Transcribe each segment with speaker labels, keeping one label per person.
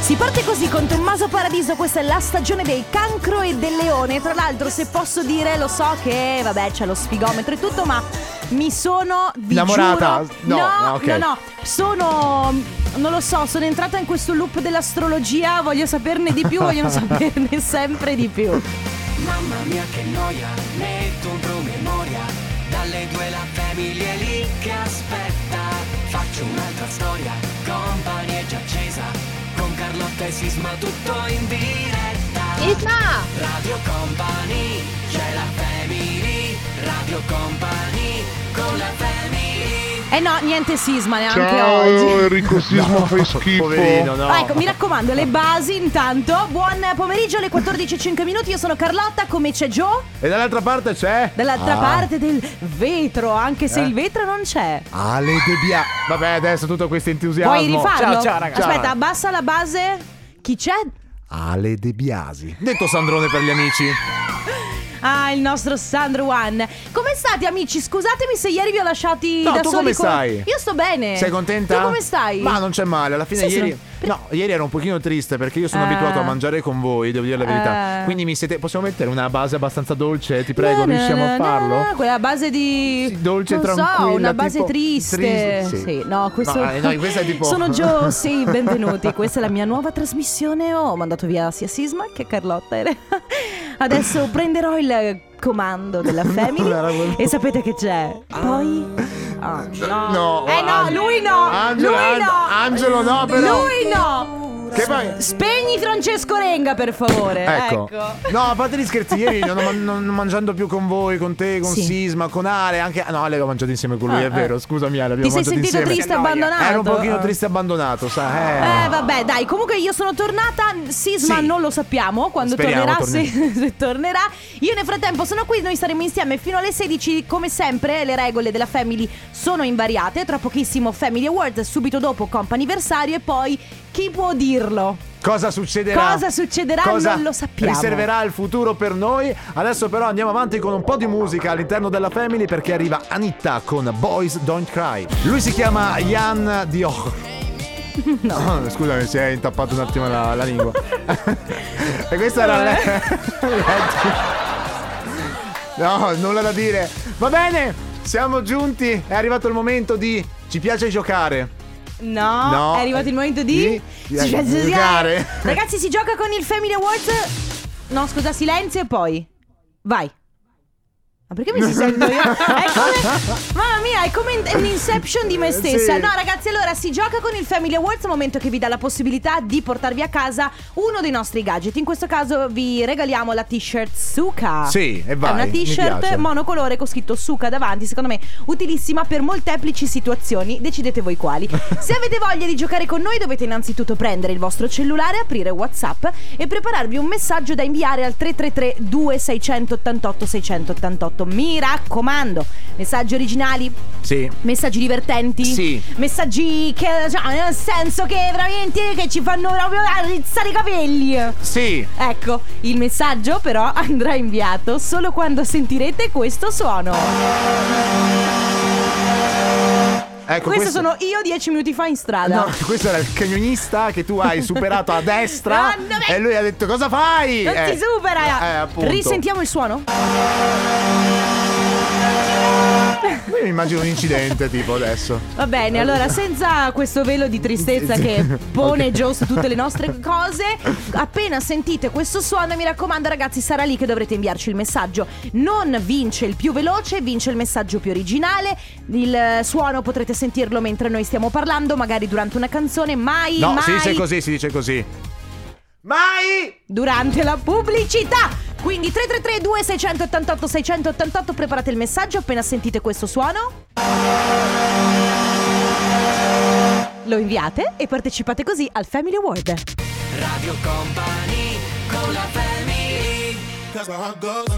Speaker 1: Si parte così con Tommaso Paradiso, questa è la stagione del cancro e del leone. Tra l'altro, se posso dire, lo so che vabbè, c'è lo sfigometro e tutto, ma mi sono vi
Speaker 2: Innamorata?
Speaker 1: giuro-
Speaker 2: No, ah,
Speaker 1: no,
Speaker 2: ok.
Speaker 1: no, no, sono non lo so, sono entrata in questo loop dell'astrologia, voglio saperne di più, voglio saperne sempre di più.
Speaker 3: Mamma mia che noia, metto un promemoria Dalle due la famiglia è lì che aspetta Faccio un'altra storia, compagnie già accesa Con Carlotta e Sisma tutto in diretta
Speaker 4: Isma!
Speaker 3: Radio Company, c'è la family Radio Company, con la family
Speaker 1: Eh no, niente sisma neanche
Speaker 5: Ciao
Speaker 1: oggi.
Speaker 5: Enrico Sisma fai schifo.
Speaker 2: Poverino, no.
Speaker 1: Ah, ecco, mi raccomando, le basi intanto. Buon pomeriggio alle 14.05 minuti. Io sono Carlotta, come c'è Joe?
Speaker 2: E dall'altra parte c'è.
Speaker 1: Dall'altra
Speaker 2: Ah. Eh.
Speaker 1: parte del vetro, anche se il vetro non c'è.
Speaker 2: Ale De Bia. Vabbè, adesso tutto questo entusiasmo.
Speaker 1: Puoi rifarlo?
Speaker 6: Ciao, ciao, ragazzi.
Speaker 1: Aspetta, abbassa la base. Chi c'è?
Speaker 2: Ale De Biasi. Detto Sandrone per gli amici.
Speaker 1: Ah, il nostro Sandro One. Come state, amici? Scusatemi se ieri vi ho lasciati
Speaker 2: No,
Speaker 1: da
Speaker 2: tu
Speaker 1: soli.
Speaker 2: come
Speaker 1: con-
Speaker 2: stai?
Speaker 1: Io sto bene.
Speaker 2: Sei contenta?
Speaker 1: Eh. Tu come stai?
Speaker 2: Ma non c'è male, alla fine
Speaker 1: Sì,
Speaker 2: ieri
Speaker 1: sono-
Speaker 2: No, ieri ero un pochino triste perché io sono
Speaker 1: Ah.
Speaker 2: abituato a mangiare con voi, devo dire la verità.
Speaker 1: Eh.
Speaker 2: Quindi mi siete possiamo mettere una base abbastanza dolce, ti prego, riusciamo a farlo?
Speaker 1: quella base di.
Speaker 2: Sì, dolce,
Speaker 1: non so,
Speaker 2: tranquilla,
Speaker 1: una base
Speaker 2: tipo-
Speaker 1: triste.
Speaker 2: triste, sì.
Speaker 1: sì. no, questo.
Speaker 2: No, eh, no, questa è tipo-
Speaker 1: Sono Joe, sì, benvenuti. Questa è la mia nuova trasmissione. Ho mandato via sia Sisma che Carlotta. Adesso prenderò il comando della
Speaker 2: era
Speaker 1: Family.
Speaker 2: quello.
Speaker 1: e sapete che c'è? Poi. Ah, no.
Speaker 2: No,
Speaker 1: Eh no,
Speaker 2: An-
Speaker 1: lui no.
Speaker 2: Angelo,
Speaker 1: lui no.
Speaker 2: An- Angelo no, però.
Speaker 1: Lui no.
Speaker 2: Che poi-
Speaker 1: Spegni Francesco Renga, per favore.
Speaker 2: Ecco. no, a parte gli scherzi, ieri non, non- non mangiando più con voi, con te, con
Speaker 1: Sì.
Speaker 2: Sisma, con Ale, anche. No, Ale l'ho mangiato insieme con lui,
Speaker 1: Ah,
Speaker 2: è
Speaker 1: ah.
Speaker 2: vero, scusami, Ale,
Speaker 1: Ti
Speaker 2: abbiamo
Speaker 1: sei
Speaker 2: mangiato
Speaker 1: sentito
Speaker 2: insieme.
Speaker 1: triste,
Speaker 6: Che noia.
Speaker 1: abbandonato?
Speaker 2: Ero un pochino
Speaker 1: Ah.
Speaker 2: triste e abbandonato, sa.
Speaker 1: Eh vabbè dai, comunque io sono tornata, Sisma
Speaker 2: Sì.
Speaker 1: non lo sappiamo quando
Speaker 2: Speriamo
Speaker 1: tornerà,
Speaker 2: torni.
Speaker 1: se, se tornerà. Io nel frattempo sono qui, noi saremo insieme fino alle 16, come sempre le regole della Family sono invariate, tra pochissimo Family Awards, subito dopo comp'anniversario e poi chi può dirlo?
Speaker 2: Cosa succederà?
Speaker 1: Cosa succederà
Speaker 2: Cosa
Speaker 1: non lo sappiamo.
Speaker 2: Riserverà il futuro per noi. Adesso però andiamo avanti con un po' di musica all'interno della Family perché arriva Anitta con Boys Don't Cry. Lui si chiama Jan Dior. No. Scusami, si è intappato un attimo la, la lingua. e questa era la... No, nulla da dire. Va bene, siamo giunti. È arrivato il momento di ci piace giocare.
Speaker 1: No,
Speaker 2: No.
Speaker 1: è arrivato il momento di,
Speaker 2: Di-
Speaker 1: Si-
Speaker 2: di-
Speaker 1: si-
Speaker 2: giocare.
Speaker 1: Ragazzi, si gioca con il Family Awards. No, scusa, silenzio e poi. Vai. Ma perché mi si sento io? È come- mamma mia, è come in- un inception di me stessa.
Speaker 2: Sì.
Speaker 1: No, ragazzi, allora si gioca con il Family Awards, momento che vi dà la possibilità di portarvi a casa uno dei nostri gadget. In questo caso vi regaliamo la t-shirt Suka.
Speaker 2: Sì, e vai,
Speaker 1: Ah. È una
Speaker 2: mi
Speaker 1: t-shirt
Speaker 2: piace.
Speaker 1: monocolore con scritto Suka davanti, secondo me utilissima per molteplici situazioni, decidete voi quali. Se avete voglia di giocare con noi dovete innanzitutto prendere il vostro cellulare, aprire WhatsApp e prepararvi un messaggio da inviare al 333 2688 688. Mi raccomando, messaggi originali,
Speaker 2: Sì.
Speaker 1: messaggi divertenti,
Speaker 2: Sì.
Speaker 1: messaggi che cioè, nel senso che veramente che ci fanno proprio rizzare i capelli.
Speaker 2: Sì.
Speaker 1: Ecco, il messaggio però andrà inviato solo quando sentirete questo suono.
Speaker 2: Ecco,
Speaker 1: Questo, sono io dieci minuti fa in strada.
Speaker 2: No, questo era il camionista che tu hai superato a destra
Speaker 1: Ah, No, no, beh.
Speaker 2: e lui ha detto cosa fai?
Speaker 1: Non
Speaker 2: Eh,
Speaker 1: ti supera!
Speaker 2: Eh, appunto.
Speaker 1: Risentiamo il suono?
Speaker 2: Io mi immagino un incidente tipo adesso.
Speaker 1: Va bene, allora senza questo velo di tristezza che pone Joe su tutte le nostre cose, appena sentite questo suono, mi raccomando ragazzi, sarà lì che dovrete inviarci il messaggio. Non vince il più veloce, vince il messaggio più originale. Il eh, suono potrete sentirlo mentre noi stiamo parlando, magari durante una canzone, mai,
Speaker 2: No,
Speaker 1: mai
Speaker 2: si dice così, si dice così. Mai!
Speaker 1: durante la pubblicità. Quindi 3332 688 688 preparate il messaggio appena sentite questo suono. Lo inviate e partecipate così al Family Award.
Speaker 3: Radio Company, con la family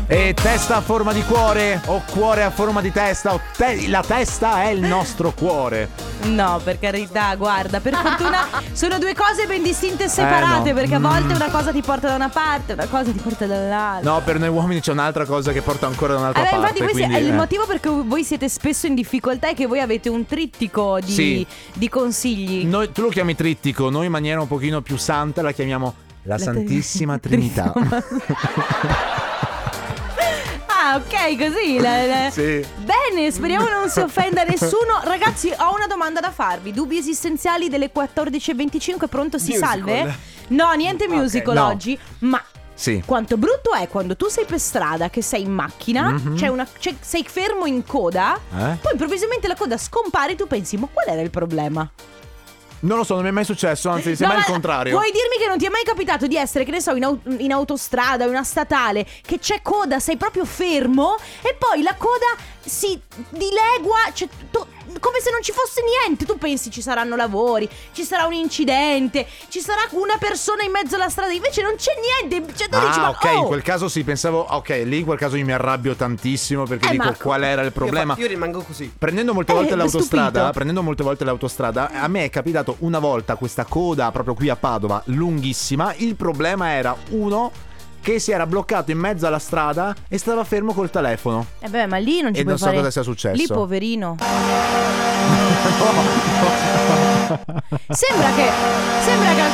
Speaker 2: E testa a forma di cuore o cuore a forma di testa o te- la testa è il nostro cuore.
Speaker 1: No, per carità, guarda, per fortuna sono due cose ben distinte e separate,
Speaker 2: Eh, no.
Speaker 1: perché a volte
Speaker 2: Mm.
Speaker 1: una cosa ti porta da una parte, una cosa ti porta dall'altra.
Speaker 2: No, per noi uomini c'è un'altra cosa che porta ancora da un'altra
Speaker 1: Allora,
Speaker 2: parte.
Speaker 1: infatti, questo
Speaker 2: quindi,
Speaker 1: è il
Speaker 2: eh.
Speaker 1: motivo per cui voi siete spesso in difficoltà è che voi avete un trittico di,
Speaker 2: Sì.
Speaker 1: di consigli.
Speaker 2: Noi- tu lo chiami trittico, noi in maniera un pochino più santa la chiamiamo la,
Speaker 1: La
Speaker 2: Santissima
Speaker 1: tri-
Speaker 2: Trinità.
Speaker 1: Ah, ok, così. la- la-
Speaker 2: Sì.
Speaker 1: Bene, speriamo non si offenda nessuno. Ragazzi, ho una domanda da farvi. Dubbi esistenziali delle 14.25, pronto? Si
Speaker 2: Musical.
Speaker 1: salve? No, niente musical
Speaker 2: no.
Speaker 1: oggi, ma
Speaker 2: Sì.
Speaker 1: quanto brutto è quando tu sei per strada, che sei in macchina,
Speaker 2: Mhm.
Speaker 1: c'è una- c'è- sei fermo in coda,
Speaker 2: Eh?
Speaker 1: poi improvvisamente la coda scompare e tu pensi, ma qual era il problema?
Speaker 2: Non lo so, non mi è mai successo, anzi, mi sembra
Speaker 1: No,
Speaker 2: il
Speaker 1: ma
Speaker 2: contrario.
Speaker 1: Vuoi dirmi che non ti è mai capitato di essere, che ne so, in, au- in autostrada, in una statale, che c'è coda, sei proprio fermo e poi la coda si dilegua, cioè, tu- come se non ci fosse niente. Tu pensi ci saranno lavori, ci sarà un incidente, ci sarà una persona in mezzo alla strada, invece non c'è niente. Cioè, tu dici,
Speaker 2: Ah,
Speaker 1: ma
Speaker 2: ok,
Speaker 1: oh,
Speaker 2: in quel caso sì, pensavo, ok, lì in quel caso io mi arrabbio tantissimo perché
Speaker 1: Eh,
Speaker 2: dico
Speaker 1: ma-
Speaker 2: qual era il problema.
Speaker 4: Io, fa- io rimango così.
Speaker 2: Prendendo molte
Speaker 1: Eh,
Speaker 2: volte l'autostrada,
Speaker 1: stupito.
Speaker 2: prendendo molte volte l'autostrada, a me è capitato una volta questa coda proprio qui a Padova, lunghissima. Il problema era uno che si era bloccato in mezzo alla strada e stava fermo col telefono.
Speaker 1: Eh beh, ma lì non ci
Speaker 2: E
Speaker 1: puoi
Speaker 2: non so
Speaker 1: fare-
Speaker 2: cosa sia successo.
Speaker 1: Lì, poverino. Sembra che. Sembra che.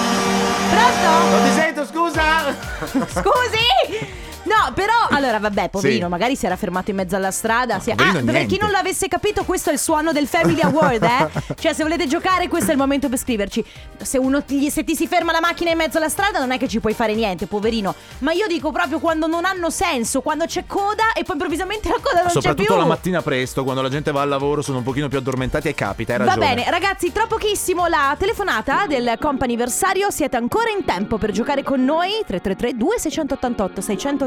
Speaker 1: Pronto?
Speaker 2: Non ti sento, scusa!
Speaker 1: Scusi! No, però, allora, vabbè, poverino,
Speaker 2: Sì.
Speaker 1: magari si era fermato in mezzo alla strada. si-
Speaker 2: poverino
Speaker 1: Ah, per
Speaker 2: niente.
Speaker 1: chi non l'avesse capito, questo è il suono del Family Award, eh? cioè, se volete giocare, questo è il momento per scriverci. Se, uno ti, se ti si ferma la macchina in mezzo alla strada, non è che ci puoi fare niente, poverino. Ma io dico proprio quando non hanno senso, quando c'è coda e poi improvvisamente la coda non c'è più.
Speaker 2: Soprattutto la mattina presto, quando la gente va al lavoro, sono un pochino più addormentati e capita, hai
Speaker 1: Va
Speaker 2: ragione.
Speaker 1: bene, ragazzi, tra pochissimo la telefonata del comp'anniversario. Siete ancora in tempo per giocare con noi. 333-2688-688.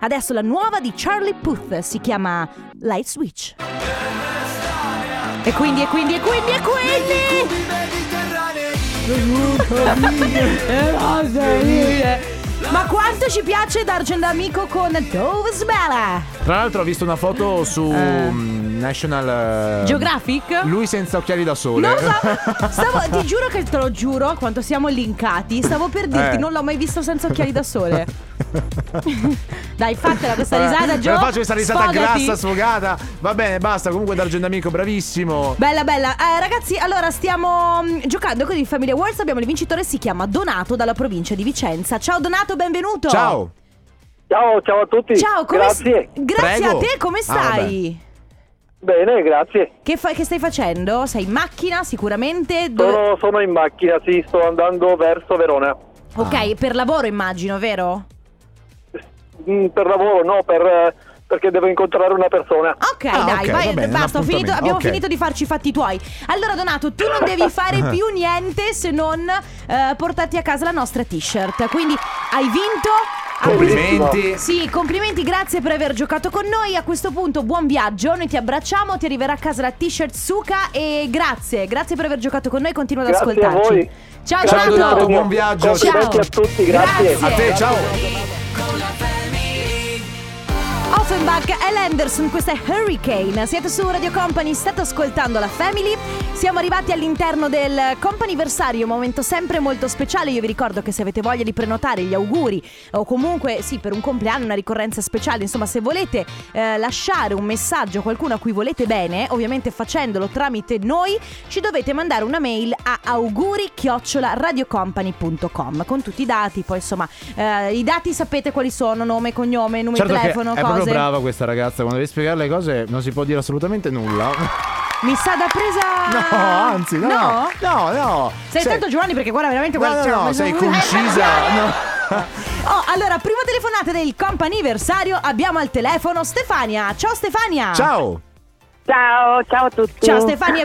Speaker 1: Adesso la nuova di Charlie Puth si chiama Light Switch. E quindi, e quindi, e quindi, e quindi. Ma quanto ci piace Dargen Amico con Dove Sbella?
Speaker 2: Tra l'altro ho visto una foto su
Speaker 1: Eh.
Speaker 2: mm, National eh,
Speaker 1: Geographic?
Speaker 2: Lui senza occhiali da sole.
Speaker 1: Non lo so, stavo, ti giuro che te lo giuro, quanto siamo linkati, stavo per dirti,
Speaker 2: Eh.
Speaker 1: non l'ho mai visto senza occhiali da sole. Dai, fatela questa
Speaker 2: Vabbè,
Speaker 1: risata,
Speaker 2: Eh, me
Speaker 1: Gio.
Speaker 2: la faccio questa risata
Speaker 1: sfogati.
Speaker 2: grassa, sfogata. Va bene, basta. Comunque, D'Argento Amico, bravissimo.
Speaker 1: Bella, bella. Eh, ragazzi, allora stiamo mh, giocando con il Family Awards. Abbiamo il vincitore, si chiama Donato dalla provincia di Vicenza. Ciao Donato, benvenuto.
Speaker 2: Ciao.
Speaker 5: Ciao, ciao a tutti.
Speaker 1: Ciao, come
Speaker 5: Grazie.
Speaker 1: grazie
Speaker 2: Prego.
Speaker 1: a te, come
Speaker 2: Ah,
Speaker 1: stai?
Speaker 5: Bene, grazie.
Speaker 1: che, fa- che stai facendo? Sei in macchina sicuramente? Dove-
Speaker 5: Sono, sono in macchina, sì, sto andando verso Verona.
Speaker 1: Ok, per lavoro immagino, vero?
Speaker 5: Mm, Per lavoro, no, per, eh, perché devo incontrare una persona.
Speaker 1: Ok,
Speaker 2: Ah,
Speaker 1: dai,
Speaker 2: ok,
Speaker 1: vai, basta, ho
Speaker 2: va bene, un appuntamento.
Speaker 1: finito- abbiamo
Speaker 2: Ok.
Speaker 1: finito di farci i fatti tuoi. Allora, Donato, tu non devi fare più niente se non eh, portarti a casa la nostra t-shirt. Quindi hai vinto. A questo-
Speaker 2: Complimenti.
Speaker 1: Ah, Sì, complimenti, grazie per aver giocato con noi. A questo punto, buon viaggio. Noi ti abbracciamo, ti arriverà a casa la t-shirt Suka. E grazie, grazie per aver giocato con noi. Continua ad
Speaker 5: Grazie a
Speaker 1: ascoltarci.
Speaker 5: voi.
Speaker 1: Ciao,
Speaker 2: Ciao,
Speaker 1: Donato.
Speaker 2: Donato, buon viaggio.
Speaker 5: Complimenti
Speaker 1: Ciao.
Speaker 5: a tutti, grazie.
Speaker 1: Grazie.
Speaker 2: A te, ciao.
Speaker 1: Offenbach e Anderson, questa è Hurricane. Siete su Radio Company, state ascoltando la Family. Siamo arrivati all'interno del companiversario, un momento sempre molto speciale. Io vi ricordo che se avete voglia di prenotare gli auguri o comunque sì, per un compleanno, una ricorrenza speciale, insomma, se volete eh, lasciare un messaggio a qualcuno a cui volete bene, ovviamente facendolo tramite noi, ci dovete mandare una mail a auguri@radiocompany.com con tutti i dati, poi insomma, eh, i dati sapete quali sono, nome, cognome, numero
Speaker 2: Certo
Speaker 1: di
Speaker 2: che
Speaker 1: telefono,
Speaker 2: è
Speaker 1: cose.
Speaker 2: proprio brava questa ragazza. Quando devi spiegare le cose, non si può dire assolutamente nulla.
Speaker 1: Mi sa da
Speaker 2: No,
Speaker 1: presa.
Speaker 2: anzi, no.
Speaker 1: Ah. No?
Speaker 2: no. no.
Speaker 1: Sei tanto Giovanni perché guarda veramente
Speaker 2: No,
Speaker 1: guarda,
Speaker 2: no,
Speaker 1: cioè, mi- Eh,
Speaker 2: no, sei concisa.
Speaker 1: perché?
Speaker 2: no.
Speaker 1: Oh, allora, prima telefonata del comp'anniversario abbiamo al telefono Stefania. Ciao Stefania.
Speaker 2: Ciao.
Speaker 6: Ciao, ciao a tutti.
Speaker 1: Ciao, Stefania,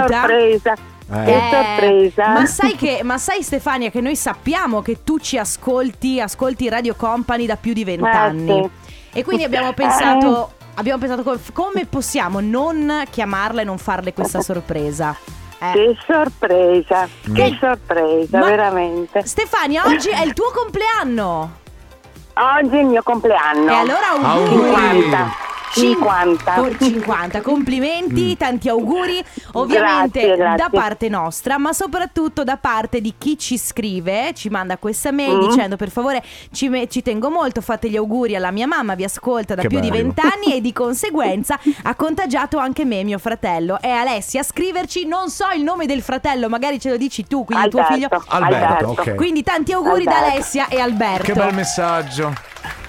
Speaker 6: Che sorpresa.
Speaker 2: Eh.
Speaker 6: Che sorpresa.
Speaker 1: Ma sai, che, ma sai Stefania che noi sappiamo che tu ci ascolti, ascolti Radio Company da più di vent'anni.
Speaker 6: Eh,
Speaker 1: E quindi abbiamo pensato, abbiamo pensato co- come possiamo non chiamarla e non farle questa sorpresa. Eh.
Speaker 6: Che sorpresa. Che
Speaker 1: Mm.
Speaker 6: sorpresa,
Speaker 1: Ma-
Speaker 6: veramente.
Speaker 1: Stefania, oggi è il tuo compleanno.
Speaker 6: Oggi è il mio compleanno.
Speaker 1: E allora auguri!
Speaker 2: Auguri.
Speaker 6: 50. 50.
Speaker 1: Cin- por- 50.
Speaker 2: Mm.
Speaker 1: complimenti, tanti auguri ovviamente
Speaker 6: Grazie, grazie.
Speaker 1: da parte nostra ma soprattutto da parte di chi ci scrive, ci manda questa mail
Speaker 6: Mm.
Speaker 1: dicendo per favore ci, me- ci tengo molto, fate gli auguri alla mia mamma, vi ascolta da
Speaker 2: Che
Speaker 1: più di
Speaker 2: bello.
Speaker 1: vent'anni e di conseguenza ha contagiato anche me e mio fratello. E Alessia, scriverci, non so il nome del fratello, magari ce lo dici tu, quindi tuo
Speaker 6: Alberto,
Speaker 1: figlio...
Speaker 2: Alberto,
Speaker 6: Alberto.
Speaker 2: ok.
Speaker 1: Quindi tanti auguri da
Speaker 6: Alberto.
Speaker 1: Alessia e Alberto.
Speaker 2: Che bel messaggio.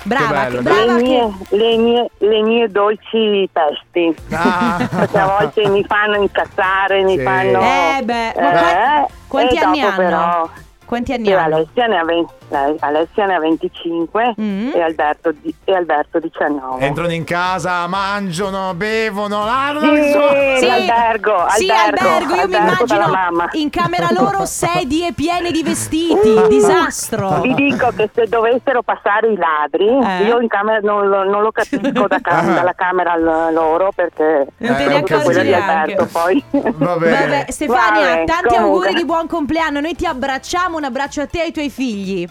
Speaker 1: brava,
Speaker 2: bello.
Speaker 1: brava.
Speaker 6: Le
Speaker 1: che-
Speaker 6: mie, le mie- le mie dolci pesti.
Speaker 2: Ah.
Speaker 6: Perché a volte mi fanno incazzare, mi
Speaker 2: Sì.
Speaker 6: fanno.
Speaker 1: Eh beh, ma qua- quanti
Speaker 6: e
Speaker 1: anni
Speaker 6: eh, dopo
Speaker 1: hanno?
Speaker 6: Però,
Speaker 1: Quanti anni
Speaker 6: io
Speaker 1: hanno?
Speaker 6: Alessia ne ha, 20 eh, Alessia ne ha 25
Speaker 1: Mm.
Speaker 6: e, Alberto, di- e Alberto 19.
Speaker 2: Entrano in casa, mangiano, bevono,
Speaker 6: Sì,
Speaker 2: largono. insomma.
Speaker 1: Sì.
Speaker 6: l'albergo,
Speaker 1: Sì,
Speaker 6: albergo,
Speaker 1: albergo, io mi
Speaker 6: albergo dalla
Speaker 1: immagino
Speaker 6: mamma. Uh.
Speaker 1: in camera loro sedie piene di vestiti, disastro.
Speaker 6: Vi dico che se dovessero passare i ladri,
Speaker 1: Eh.
Speaker 6: io in camera non, lo- non lo capisco da ca-
Speaker 2: Ah.
Speaker 6: dalla camera al- loro perché
Speaker 1: Non
Speaker 2: te
Speaker 6: è
Speaker 2: ne
Speaker 6: tutta quella di
Speaker 2: accorgi
Speaker 6: Alberto
Speaker 1: neanche.
Speaker 6: poi.
Speaker 2: Va bene.
Speaker 1: Vabbè, Stefania,
Speaker 6: Vabbè,
Speaker 1: tanti
Speaker 6: comunque.
Speaker 1: auguri di buon compleanno. Noi ti abbracciamo, un abbraccio a te e ai tuoi figli.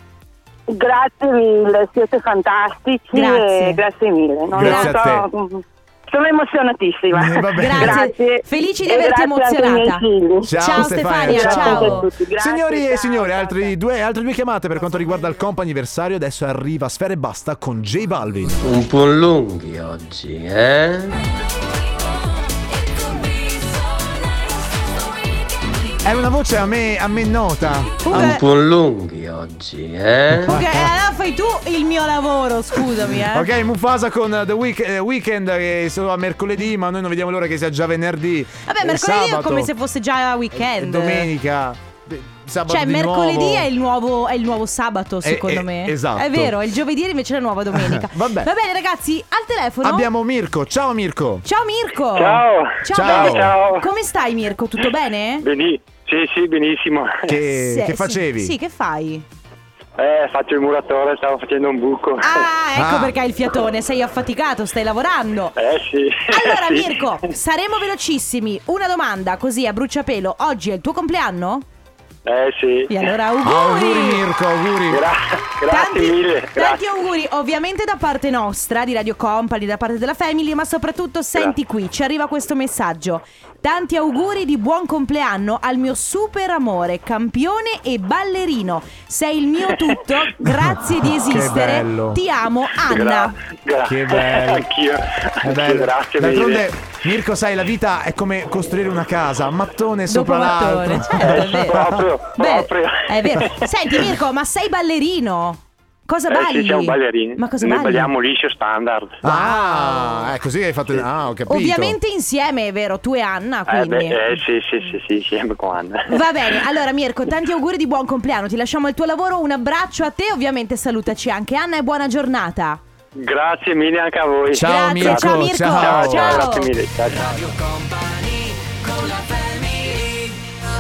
Speaker 6: grazie mille, siete fantastici
Speaker 1: Grazie.
Speaker 6: e grazie mille. Non
Speaker 2: Grazie a te.
Speaker 6: so- Sono emozionatissima.
Speaker 2: Eh, vabbè.
Speaker 1: Grazie.
Speaker 6: Grazie.
Speaker 1: Felici di
Speaker 6: E
Speaker 1: averti
Speaker 6: grazie anche ai miei
Speaker 1: emozionata.
Speaker 6: figli.
Speaker 2: Ciao,
Speaker 1: Ciao, Stefania,
Speaker 2: Stefania, ciao.
Speaker 1: ciao.
Speaker 6: a tutti, grazie,
Speaker 2: Signori e
Speaker 6: ciao,
Speaker 2: signori,
Speaker 6: ciao,
Speaker 2: altri due, altre due chiamate per quanto riguarda il comp anniversario. Adesso arriva Sfera e Basta con J Balvin.
Speaker 4: Un po' lunghi oggi, eh?
Speaker 2: Era una voce a me, a me nota.
Speaker 4: Un
Speaker 1: Comunque,
Speaker 4: po' lunghi oggi, eh?
Speaker 1: comunque, eh, allora fai tu il mio lavoro, scusami, eh.
Speaker 2: Ok, Mufasa con uh, The Week- eh, Weekend che è solo a mercoledì, ma noi non vediamo l'ora che sia già venerdì.
Speaker 1: Vabbè,
Speaker 2: eh,
Speaker 1: mercoledì è
Speaker 2: sabato,
Speaker 1: come se fosse già
Speaker 2: eh,
Speaker 1: weekend.
Speaker 2: Domenica. eh, Sabato
Speaker 1: Cioè,
Speaker 2: di
Speaker 1: mercoledì
Speaker 2: nuovo.
Speaker 1: è, il nuovo, è il nuovo sabato, secondo
Speaker 2: eh,
Speaker 1: me.
Speaker 2: esatto.
Speaker 1: È vero, è il giovedì e invece la nuova domenica.
Speaker 2: Vabbè.
Speaker 1: Va bene, ragazzi, al telefono.
Speaker 2: Abbiamo Mirko, ciao Mirco.
Speaker 1: Ciao Mirko!
Speaker 5: Ciao.
Speaker 2: Ciao.
Speaker 1: Ciao!
Speaker 5: Ciao.
Speaker 1: Come stai Mirko? Tutto bene?
Speaker 5: Beni- sì, sì, benissimo.
Speaker 2: Che,
Speaker 1: Se-
Speaker 2: che
Speaker 1: sì.
Speaker 2: facevi?
Speaker 1: Sì, che fai?
Speaker 5: Eh, faccio il muratore, stavo facendo un buco.
Speaker 1: Ah, ecco
Speaker 2: Ah.
Speaker 1: perché hai il fiatone, sei affaticato, stai lavorando.
Speaker 5: Eh sì.
Speaker 1: Allora
Speaker 5: Sì.
Speaker 1: Mirko, saremo velocissimi. Una domanda così a bruciapelo. Oggi è il tuo compleanno?
Speaker 5: Eh sì.
Speaker 1: E allora uh,
Speaker 2: Auguri Mirko, auguri.
Speaker 5: Gra- grazie
Speaker 1: tanti,
Speaker 5: mille.
Speaker 1: tanti
Speaker 5: Grazie.
Speaker 1: auguri ovviamente da parte nostra, di Radio Company, da parte della Family, ma soprattutto senti qui, ci arriva questo messaggio. Tanti auguri di buon compleanno al mio super amore, campione e ballerino. Sei il mio tutto, grazie di esistere.
Speaker 2: bello.
Speaker 1: Ti amo, Anna.
Speaker 5: Gra- gra-
Speaker 2: Che bello.
Speaker 5: Anch'io.
Speaker 2: È
Speaker 5: Anch'io,
Speaker 2: bello.
Speaker 5: Grazie mille.
Speaker 2: D'altronde, Mirko, sai, la vita è come costruire una casa, mattone
Speaker 1: Dopo
Speaker 2: sopra
Speaker 1: mattone,
Speaker 2: l'altro.
Speaker 1: certo, è vero.
Speaker 5: Eh, Proprio,
Speaker 1: Beh,
Speaker 5: proprio.
Speaker 1: È vero. Senti Mirko, ma sei ballerino? Cosa
Speaker 5: Eh
Speaker 1: balli?
Speaker 5: sì, siamo ballerini.
Speaker 1: Ma cosa
Speaker 5: Noi
Speaker 1: balli?
Speaker 5: balliamo liscio standard.
Speaker 2: Ah, è così hai fatto. Ah, ho capito.
Speaker 1: Ovviamente insieme, è vero, tu e Anna,
Speaker 5: Eh,
Speaker 1: quindi.
Speaker 5: beh, eh, sì, sì, sì, sì, sempre con Anna.
Speaker 1: Va bene, allora Mirko, tanti auguri di buon compleanno, ti lasciamo il tuo lavoro, un abbraccio a te, ovviamente salutaci anche Anna e buona giornata.
Speaker 5: Grazie mille anche a voi.
Speaker 2: Ciao,
Speaker 1: Grazie,
Speaker 2: Mirko,
Speaker 1: ciao Mirko.
Speaker 2: ciao.
Speaker 5: Ciao, ciao,
Speaker 1: Ciao.
Speaker 5: grazie mille. Ciao, ciao.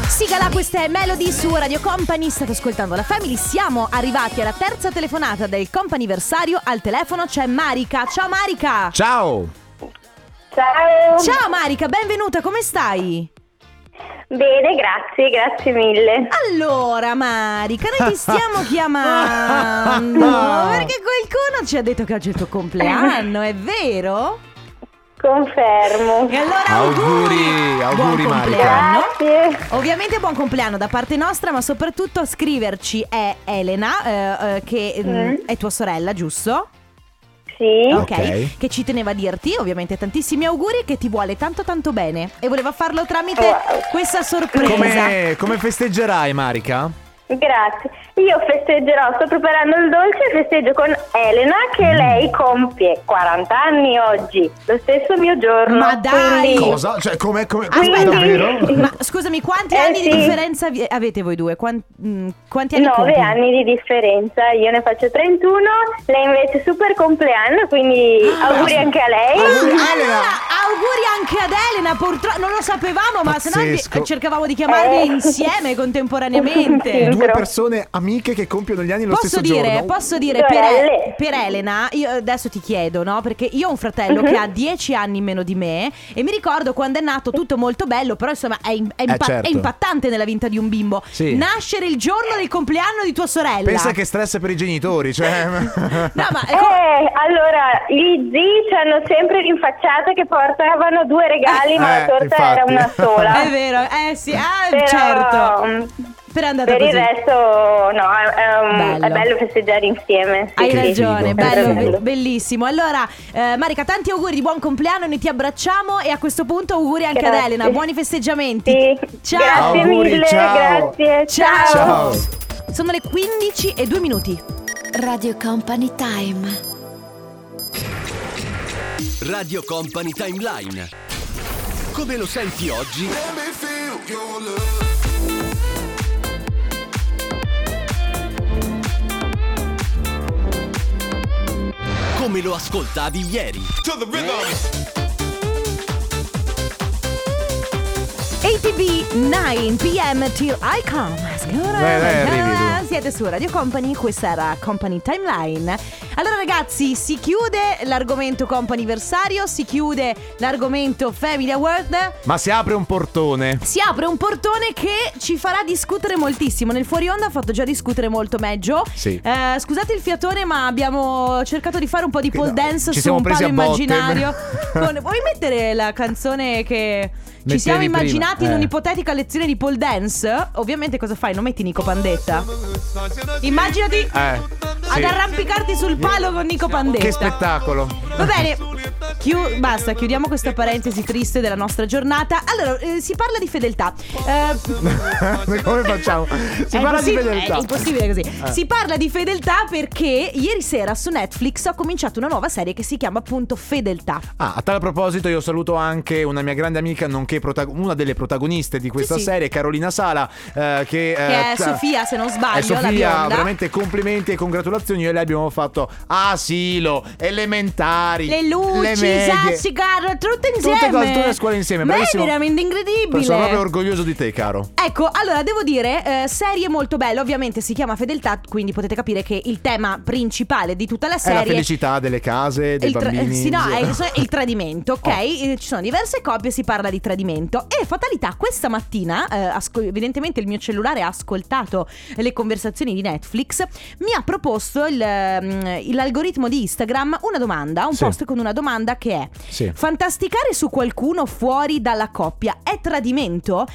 Speaker 1: Sigala, questa è Melody su Radio Company, state ascoltando la Family, siamo arrivati alla terza telefonata del comp'anniversario, al telefono c'è Marica, ciao Marica!
Speaker 2: Ciao.
Speaker 7: Ciao.
Speaker 1: Ciao Marica, benvenuta, come stai?
Speaker 7: Bene, grazie, grazie mille.
Speaker 1: Allora, Marica, noi ti stiamo chiamando perché qualcuno ci ha detto che oggi è il tuo compleanno, è vero?
Speaker 7: Confermo.
Speaker 1: E allora
Speaker 2: Auguri,
Speaker 1: auguri,
Speaker 2: auguri,
Speaker 1: buon
Speaker 2: Marica.
Speaker 1: compleanno.
Speaker 7: Grazie.
Speaker 1: Ovviamente buon compleanno da parte nostra, ma soprattutto a scriverci è Elena, eh, eh, che mm, è tua sorella, giusto?
Speaker 7: Sì.
Speaker 2: Ok.
Speaker 1: Che ci teneva a dirti ovviamente tantissimi auguri e che ti vuole tanto tanto bene. E voleva farlo tramite
Speaker 7: Wow.
Speaker 1: questa sorpresa.
Speaker 2: Come, come festeggerai, Marica?
Speaker 7: Grazie. Io festeggerò, sto preparando il dolce e festeggio con Elena
Speaker 1: Mm.
Speaker 7: che lei compie 40 anni oggi, lo stesso mio giorno.
Speaker 1: Ma dai!
Speaker 7: quindi-
Speaker 2: Cosa? Cioè, come? come
Speaker 1: Aspetta,
Speaker 2: davvero?
Speaker 1: ma scusami, quanti
Speaker 7: Eh,
Speaker 1: anni di
Speaker 7: sì.
Speaker 1: differenza vi- avete voi due? Quan- mh, quanti anni
Speaker 7: 9
Speaker 1: compi?
Speaker 7: anni di differenza, io ne faccio 31,
Speaker 1: Ah,
Speaker 7: lei invece super compleanno, quindi auguri anche a lei.
Speaker 2: Auguri,
Speaker 1: Allora,
Speaker 2: Elena.
Speaker 1: auguri anche ad Elena, purtroppo non lo sapevamo, ma se no vi-
Speaker 2: Pazzesco.
Speaker 1: cercavamo di chiamarvi
Speaker 6: Eh.
Speaker 1: insieme contemporaneamente.
Speaker 6: Sì.
Speaker 2: Due persone amiche che compiono gli anni lo
Speaker 1: Posso
Speaker 2: stesso
Speaker 1: dire,
Speaker 2: giorno.
Speaker 1: posso dire per,
Speaker 7: Sorelle.
Speaker 1: per Elena, io adesso ti chiedo, no? Perché io ho un fratello che ha 10 anni meno di me e mi ricordo quando è nato tutto molto bello, però insomma è, im- è impa-
Speaker 2: certo.
Speaker 1: è impattante nella vita di un bimbo.
Speaker 2: Sì.
Speaker 1: Nascere il giorno del compleanno di tua sorella.
Speaker 2: Pensa che stress per i genitori, cioè...
Speaker 1: No, ma è come-
Speaker 7: Eh, allora, gli zii ci hanno sempre rinfacciato che portavano due regali, ma
Speaker 2: Eh,
Speaker 7: la torta era
Speaker 2: infatti.
Speaker 7: una sola.
Speaker 1: è vero, eh sì, ah,
Speaker 7: Però,
Speaker 1: certo.
Speaker 7: mm,
Speaker 1: Però è andata
Speaker 7: Per il
Speaker 1: così.
Speaker 7: resto, no, è, è un-
Speaker 1: Bello.
Speaker 7: è bello festeggiare insieme.
Speaker 1: Hai
Speaker 7: Sì, sì.
Speaker 1: ragione,
Speaker 2: figo,
Speaker 1: bello,
Speaker 7: che figo.
Speaker 1: be- bellissimo. Allora, eh, Marica, tanti auguri di buon compleanno, noi ti abbracciamo e a questo punto auguri anche ad
Speaker 7: Grazie.
Speaker 1: Elena, buoni festeggiamenti.
Speaker 7: Sì,
Speaker 1: Ciao.
Speaker 7: Grazie
Speaker 2: Auguri,
Speaker 7: mille,
Speaker 2: ciao.
Speaker 7: grazie.
Speaker 1: Ciao.
Speaker 2: Ciao.
Speaker 1: Sono le 15 e 2 minuti.
Speaker 8: Radio Company Time.
Speaker 9: Radio Company Timeline. Come lo senti oggi? Come lo ascoltavi ieri?
Speaker 1: ATV 9 pm till I come. Signora,
Speaker 2: Beh, dai, arrivi tu.
Speaker 1: Siete su Radio Company, questa era Company Timeline. Allora ragazzi, si chiude l'argomento companiversario, si chiude l'argomento Family Award.
Speaker 2: Ma si apre un portone.
Speaker 1: Si apre un portone che ci farà discutere moltissimo. Nel fuori onda ha fatto già discutere molto Meggio.
Speaker 2: Sì.
Speaker 1: Eh, scusate il fiatone, ma abbiamo cercato di fare un po' di pole
Speaker 2: No,
Speaker 1: dance
Speaker 2: ci
Speaker 1: su
Speaker 2: siamo
Speaker 1: un
Speaker 2: presi
Speaker 1: palo
Speaker 2: a botte.
Speaker 1: immaginario. Con- Vuoi mettere la canzone che ci
Speaker 2: Mettevi
Speaker 1: siamo
Speaker 2: prima,
Speaker 1: immaginati in
Speaker 2: eh.
Speaker 1: un'ipotetica lezione di pole dance? Ovviamente cosa fai? Non metti Nico Pandetta. Immaginati
Speaker 2: Eh, sì.
Speaker 1: ad arrampicarti sul palo con Nico Pandetta.
Speaker 2: Che spettacolo.
Speaker 1: Va bene, Chiu- basta, chiudiamo questa parentesi triste della nostra giornata. Allora, eh, si parla di fedeltà. Eh,
Speaker 2: Come facciamo? Si
Speaker 1: è
Speaker 2: parla di
Speaker 1: impossi-
Speaker 2: fedeltà. Eh.
Speaker 1: È impossibile così. Si parla di fedeltà perché ieri sera su Netflix ha cominciato una nuova serie che si chiama appunto Fedeltà.
Speaker 2: Ah, a tal proposito io saluto anche una mia grande amica, nonché protago- una delle protagoniste di questa
Speaker 1: Sì, sì.
Speaker 2: serie, Carolina Sala, eh, che,
Speaker 1: Che
Speaker 2: eh,
Speaker 1: è
Speaker 2: t-
Speaker 1: Sofia, se non sbaglio,
Speaker 2: È
Speaker 1: la
Speaker 2: Sofia,
Speaker 1: bionda.
Speaker 2: veramente complimenti e congratulazioni, io e lei abbiamo fatto asilo, elementari,
Speaker 1: Le luci, esatto,
Speaker 2: le
Speaker 1: i
Speaker 2: medie.
Speaker 1: sassi, car, tutto insieme.
Speaker 2: Tutte cose, tutte le scuole insieme,
Speaker 1: Ma è
Speaker 2: bravissimo.
Speaker 1: veramente incredibile.
Speaker 2: Sono proprio orgoglioso di te, caro.
Speaker 1: Ecco, allora devo dire, eh, serie molto bella, ovviamente si chiama Fedeltà, quindi potete capire che il tema principale di tutta la
Speaker 2: È la
Speaker 1: serie
Speaker 2: felicità delle case, dei
Speaker 1: il tra- eh,
Speaker 2: bambini. Oh.
Speaker 1: sì, no, è so- è il tradimento, ok? Eh, Ci sono diverse coppie, si parla di tradimento. E fatalità, questa mattina, eh, asco- evidentemente il mio cellulare ha ascoltato le conversazioni di Netflix, mi ha proposto il, ehm, l'algoritmo di Instagram una domanda, un
Speaker 2: Sì.
Speaker 1: post con una domanda che è
Speaker 2: Sì.
Speaker 1: Fantasticare su qualcuno fuori dalla coppia è tradimento?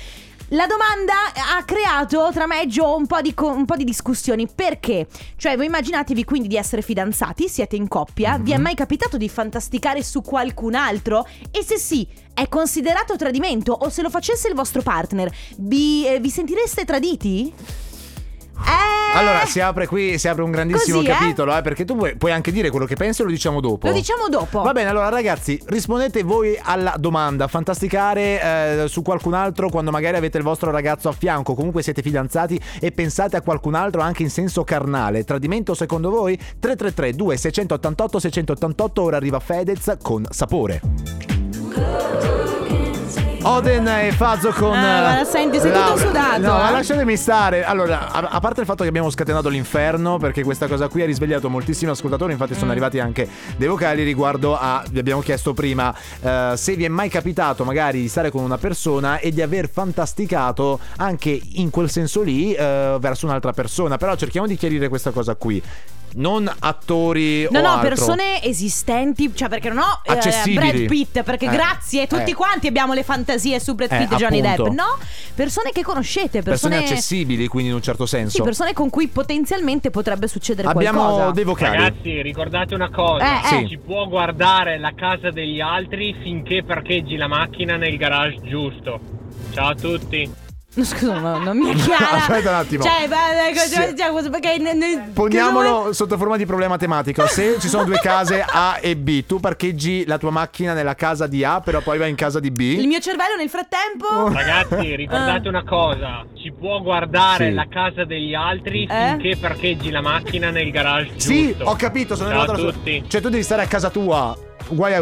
Speaker 1: La domanda ha creato tra me e Joe un po' di, co- un po' di discussioni. Perché? Cioè, voi immaginatevi quindi di essere fidanzati, siete in
Speaker 2: Mm-hmm.
Speaker 1: coppia, vi è mai capitato di fantasticare su qualcun altro? E se sì, è considerato tradimento? O se lo facesse il vostro partner, vi, eh, vi sentireste traditi? Eh,
Speaker 2: Allora, si apre qui, si apre un grandissimo
Speaker 1: Così, eh?
Speaker 2: capitolo, eh, perché tu puoi, puoi anche dire quello che pensi e lo diciamo dopo.
Speaker 1: Lo diciamo dopo.
Speaker 2: Va bene, allora ragazzi, rispondete voi alla domanda. Fantasticare eh, su qualcun altro quando magari avete il vostro ragazzo a fianco, comunque siete fidanzati e pensate a qualcun altro anche in senso carnale. Tradimento secondo voi? 333 2688 688 ora arriva Fedez con sapore. Oden e Fazzo con
Speaker 1: Ah, ma la senti, sei tutto
Speaker 2: Laura.
Speaker 1: sudato,
Speaker 2: No, ma
Speaker 1: eh.
Speaker 2: lasciatemi stare. Allora, a, a parte il fatto che abbiamo scatenato l'inferno, perché questa cosa qui ha risvegliato moltissimi ascoltatori. Infatti,
Speaker 1: Mm.
Speaker 2: sono arrivati anche dei vocali riguardo a. Vi abbiamo chiesto prima eh, se vi è mai capitato magari di stare con una persona e di aver fantasticato anche in quel senso lì eh, verso un'altra persona. Però cerchiamo di chiarire questa cosa qui. Non attori
Speaker 1: No,
Speaker 2: o
Speaker 1: no,
Speaker 2: altro.
Speaker 1: persone esistenti, cioè perché non ho eh,
Speaker 2: Accessibili.
Speaker 1: Brad Pitt, perché
Speaker 2: Eh,
Speaker 1: grazie a tutti
Speaker 2: eh.
Speaker 1: quanti abbiamo le fantasie su Brad
Speaker 2: Eh,
Speaker 1: Pitt e Johnny
Speaker 2: appunto.
Speaker 1: Depp. No, persone che conoscete, persone,
Speaker 2: Persone accessibili, quindi in un certo senso.
Speaker 1: Sì, persone con cui potenzialmente potrebbe succedere
Speaker 2: abbiamo
Speaker 1: qualcosa.
Speaker 2: dei vocali.
Speaker 10: Ragazzi, ricordate una cosa:
Speaker 1: Eh, eh.
Speaker 10: si può guardare la casa degli altri finché parcheggi la macchina nel garage giusto. Ciao a tutti.
Speaker 1: No, scusa, no, non mi è chiara.
Speaker 2: Aspetta un attimo.
Speaker 1: Cioè, beh,
Speaker 2: Sì.
Speaker 1: cioè, cioè, perché ne- ne- cosa vuoi-
Speaker 2: Poniamolo sotto forma di problema tematico. Se ci sono due case A e B, tu parcheggi la tua macchina nella casa di A, però poi vai in casa di
Speaker 1: Il
Speaker 2: B.
Speaker 1: mio cervello nel frattempo Ah.
Speaker 10: Ragazzi,
Speaker 1: Eh.
Speaker 10: ricordate una cosa: si può guardare
Speaker 2: Sì.
Speaker 10: la casa degli altri
Speaker 1: Eh?
Speaker 10: finché parcheggi la macchina nel garage
Speaker 2: Sì,
Speaker 10: giusto.
Speaker 2: ho capito, sono
Speaker 10: Ciao
Speaker 2: arrivato
Speaker 10: a
Speaker 2: alla-
Speaker 10: tutti.
Speaker 2: Cioè tu devi stare a casa tua, guai a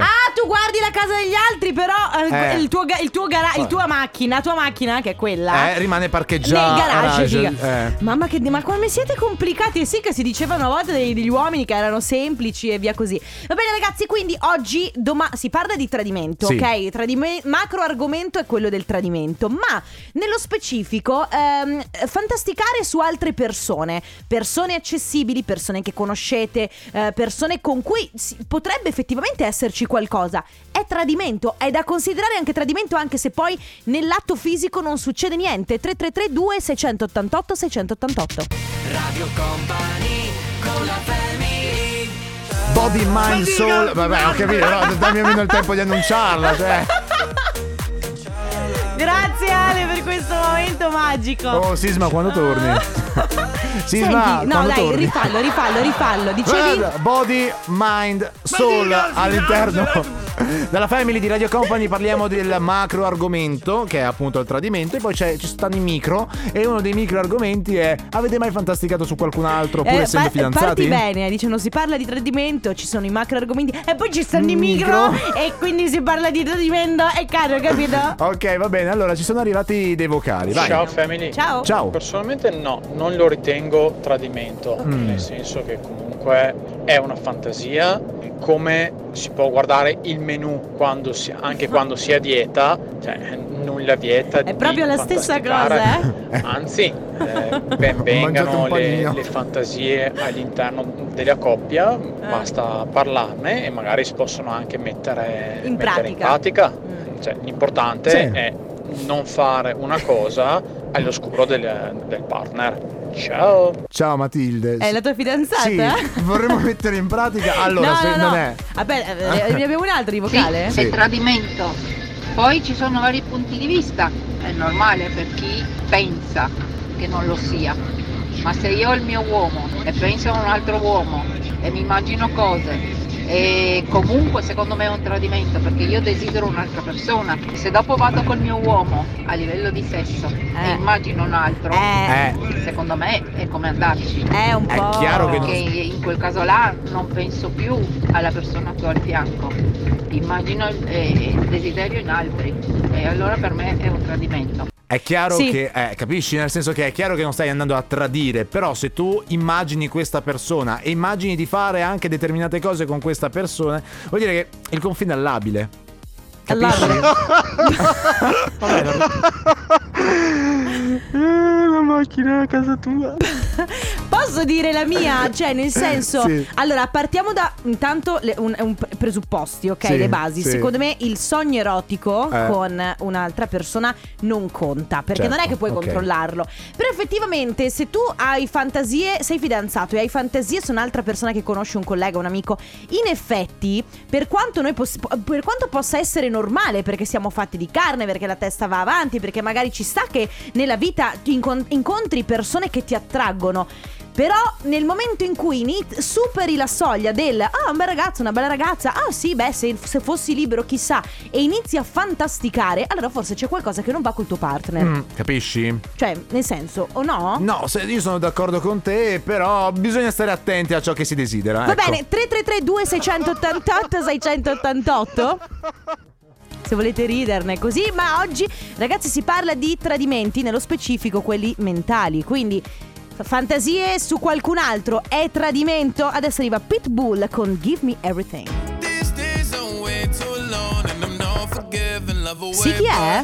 Speaker 1: Ah, tu tu guardi la casa degli altri, però eh,
Speaker 2: Eh.
Speaker 1: il tuo, ga- il tuo gara- il
Speaker 2: Eh.
Speaker 1: tua macchina, la tua macchina, che è quella.
Speaker 2: Eh, rimane parcheggiata.
Speaker 1: Nel garage,
Speaker 2: garage, eh.
Speaker 1: Mamma che ma come siete complicati E sì che si diceva una volta dei- degli uomini che erano semplici e via così Va bene ragazzi quindi oggi doma- si parla di tradimento
Speaker 2: Sì.
Speaker 1: ok? Tradime- macro argomento è quello del tradimento Ma nello specifico ehm, fantasticare su altre persone Persone accessibili, persone che conoscete eh, Persone con cui si- potrebbe effettivamente esserci qualcosa È tradimento, è da considerare anche tradimento anche se poi nell'atto fisico non succede niente 333 2688 688
Speaker 2: Body, mind, soul. Vabbè, ho capito, no, dammi almeno il tempo di annunciarla. Cioè.
Speaker 1: Grazie Ale per questo momento magico.
Speaker 2: Oh, Sisma, quando torni? Sisma,
Speaker 1: Ah. Senti, no,
Speaker 2: quando
Speaker 1: dai,
Speaker 2: torni?
Speaker 1: rifallo, rifallo, rifallo. Dicevi
Speaker 2: Guarda, Body, mind, soul all'interno. Della family di Radio Company parliamo del macro argomento, che è appunto il tradimento, e poi c'è- ci stanno i micro, e uno dei micro argomenti è avete mai fantasticato su qualcun altro pur
Speaker 1: eh,
Speaker 2: essendo
Speaker 1: par-
Speaker 2: fidanzati?
Speaker 1: parti bene, eh, dice non si parla di tradimento, ci sono i macro argomenti e poi ci stanno i micro,
Speaker 2: Micro.
Speaker 1: e quindi si parla di tradimento e caro, capito?
Speaker 2: Ok, va bene, allora ci sono arrivati dei vocali, vai.
Speaker 11: Ciao family.
Speaker 1: Ciao.
Speaker 2: Ciao.
Speaker 11: Personalmente no, non lo ritengo tradimento,
Speaker 2: Mm.
Speaker 11: nel senso che comunque è una fantasia, come si può guardare il menù quando si- anche quando si è a dieta, cioè nulla vieta.
Speaker 1: Ah. È proprio la stessa cosa, eh?
Speaker 11: Anzi, eh,
Speaker 2: Ho
Speaker 11: ben
Speaker 2: mangiato un
Speaker 11: vengano le,
Speaker 2: panino.
Speaker 11: le fantasie all'interno della coppia,
Speaker 2: Eh.
Speaker 11: basta parlarne e magari si possono anche mettere
Speaker 1: In
Speaker 11: mettere in
Speaker 1: pratica.
Speaker 11: pratica. Cioè, l'importante
Speaker 2: Mm. Sì.
Speaker 11: è non fare una cosa all'oscuro del, del partner. Ciao!
Speaker 2: Ciao Matilde.
Speaker 1: È Eh, la tua
Speaker 2: Sì,
Speaker 1: fidanzata?
Speaker 2: vorremmo mettere in pratica. Allora,
Speaker 1: no,
Speaker 2: se
Speaker 1: no, no.
Speaker 2: non è.
Speaker 1: Vabbè, eh, ne abbiamo un altro di vocale?
Speaker 2: Sì.
Speaker 12: tradimento. Poi ci sono vari punti di vista, è normale per chi pensa che non lo sia. Ma se io ho il mio uomo e penso a un altro uomo e mi immagino cose e comunque secondo me è un tradimento perché io desidero un'altra persona. Se dopo vado col mio uomo a livello di sesso e
Speaker 1: Eh.
Speaker 12: immagino un altro,
Speaker 1: Eh,
Speaker 2: Eh,
Speaker 12: secondo me è come andarci.
Speaker 1: è un
Speaker 2: È
Speaker 1: po'.
Speaker 2: chiaro che non-
Speaker 12: Perché in quel caso là non penso più alla persona che ho al fianco, immagino eh, il desiderio in altri e allora per me è un tradimento.
Speaker 2: è chiaro
Speaker 1: Sì.
Speaker 2: che. eh, capisci? Nel senso che è chiaro che non stai andando a tradire. Però se tu immagini questa persona e immagini di fare anche determinate cose con questa persona, vuol dire che il confine è labile. Capisci?
Speaker 1: Allora,
Speaker 2: Vabbè, non-
Speaker 5: Eh,
Speaker 1: Posso dire la mia? Cioè, nel senso,
Speaker 2: Sì.
Speaker 1: allora partiamo da intanto le- un, un pre- presupposti, ok?
Speaker 2: Sì,
Speaker 1: le basi.
Speaker 2: sì.
Speaker 1: Secondo me il sogno erotico
Speaker 2: Eh.
Speaker 1: con un'altra persona non conta, perché
Speaker 2: Certo,
Speaker 1: non è che puoi
Speaker 2: ok.
Speaker 1: controllarlo. Però effettivamente, se tu hai fantasie, sei fidanzato e hai fantasie su un'altra persona che conosci, un collega, un amico, in effetti, per quanto, noi poss- per quanto possa essere normale, perché siamo fatti di carne, perché la testa va avanti, perché magari ci sta che nella vita ti incon- incontri persone che ti attraggono. Però nel momento in cui ini- superi la soglia del ah un bel ragazzo, una bella ragazza, ah sì beh se, se fossi libero chissà e inizi a fantasticare, allora forse c'è qualcosa che non va col tuo partner.
Speaker 2: Mm, capisci?
Speaker 1: Cioè nel senso o no?
Speaker 2: No, se- io sono d'accordo con te, però bisogna stare attenti a ciò che si desidera.
Speaker 1: Va
Speaker 2: ecco.
Speaker 1: bene, 3332 688 688 se volete riderne così, ma oggi ragazzi si parla di tradimenti, nello specifico quelli mentali, quindi f- fantasie su qualcun altro è tradimento. Adesso arriva Pitbull con Give Me Everything. Sì chi è?